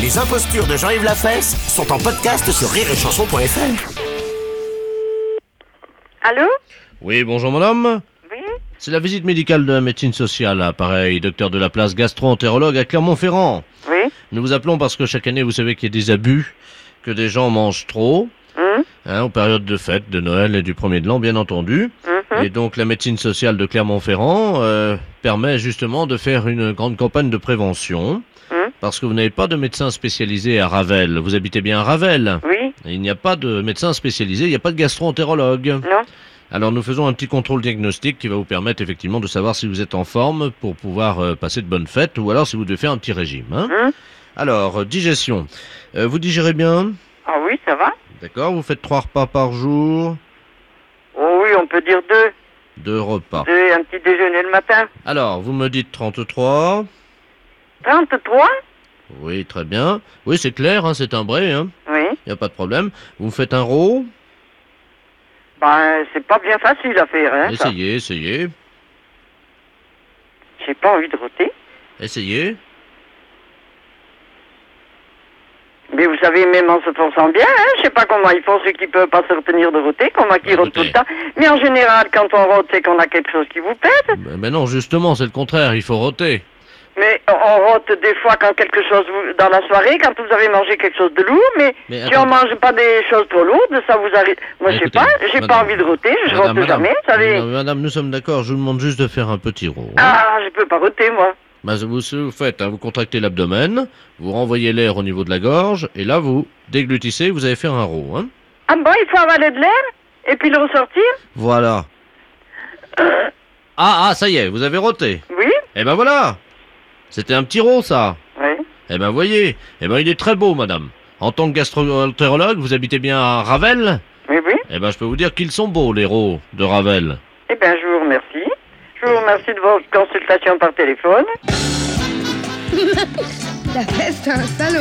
Les impostures de Jean-Yves Lafesse sont en podcast sur rireetchanson.fr. Allô Oui, bonjour mon homme. Oui C'est la visite médicale de la médecine sociale, à appareil, docteur de la place gastro-entérologue à Clermont-Ferrand. Oui Nous vous appelons parce que chaque année, vous savez qu'il y a des abus, que des gens mangent trop, Hum, hein, aux périodes de fête, de Noël et du premier de l'an, bien entendu. hum, hum. Et donc la médecine sociale de Clermont-Ferrand euh, permet justement de faire une grande campagne de prévention. Hein Parce que vous n'avez pas de médecin spécialisé à Ravel. Vous habitez bien à Ravel. Oui Il n'y a pas de médecin spécialisé, il n'y a pas de gastro-entérologue. Non Alors nous faisons un petit contrôle diagnostic qui va vous permettre effectivement de savoir si vous êtes en forme pour pouvoir euh, passer de bonnes fêtes ou alors si vous devez faire un petit régime. hein. Hein Alors, euh, digestion. Euh, vous digérez bien Ah oui, ça va D'accord, vous faites trois repas par jour, Oh oui, on peut dire deux. deux repas. Deux, un petit déjeuner le matin. Alors, vous me dites 33. 33 Oui, très bien. Oui, c'est clair, hein, c'est timbré, il hein, Oui. n'y a pas de problème. Vous faites un roux Ben, c'est pas bien facile à faire, hein, ça. Essayez, essayez, J'ai pas envie de rôter. essayez. Mais vous savez, même en se forçant bien, hein, je sais pas comment ils font ceux qui peuvent pas se retenir de rôter, comment qui rôtent tout le Écoutez. temps. Mais en général, quand on rôte, c'est qu'on a quelque chose qui vous pète. Mais mais Ben, non, justement, c'est le contraire, il faut roter. Mais on rôte des fois quand quelque chose vous- dans la soirée, quand vous avez mangé quelque chose de lourd, mais, Mais si on attends. mange pas des choses trop lourdes, ça vous arrive. Moi, je sais Écoutez, pas, j'ai pas madame. envie de rôter, je rôte jamais, vous savez. Non, madame, nous sommes d'accord, je vous demande juste de faire un petit roux. hein. Ah, je peux pas rôter, moi. Bah, vous, ce que vous faites, hein, vous contractez l'abdomen, vous renvoyez l'air au niveau de la gorge, et là, vous déglutissez, vous allez faire un roux. hein. Ah bon, il faut avaler de l'air et puis le ressortir Voilà. Ah, ah, ça y est, vous avez roté. Oui, Eh ben voilà C'était un petit roux, ça. oui. Eh ben voyez, eh ben il est très beau, madame. En tant que gastroentérologue, vous habitez bien à Ravel Oui, oui. Eh ben je peux vous dire qu'ils sont beaux, les roux de Ravel. Eh bien, je vous remercie. Je vous remercie de votre consultation par téléphone. La peste, un salaud.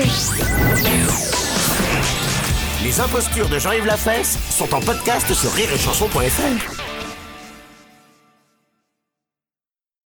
Les impostures de Jean-Yves Lafesse sont en podcast sur rireetchanson.fr.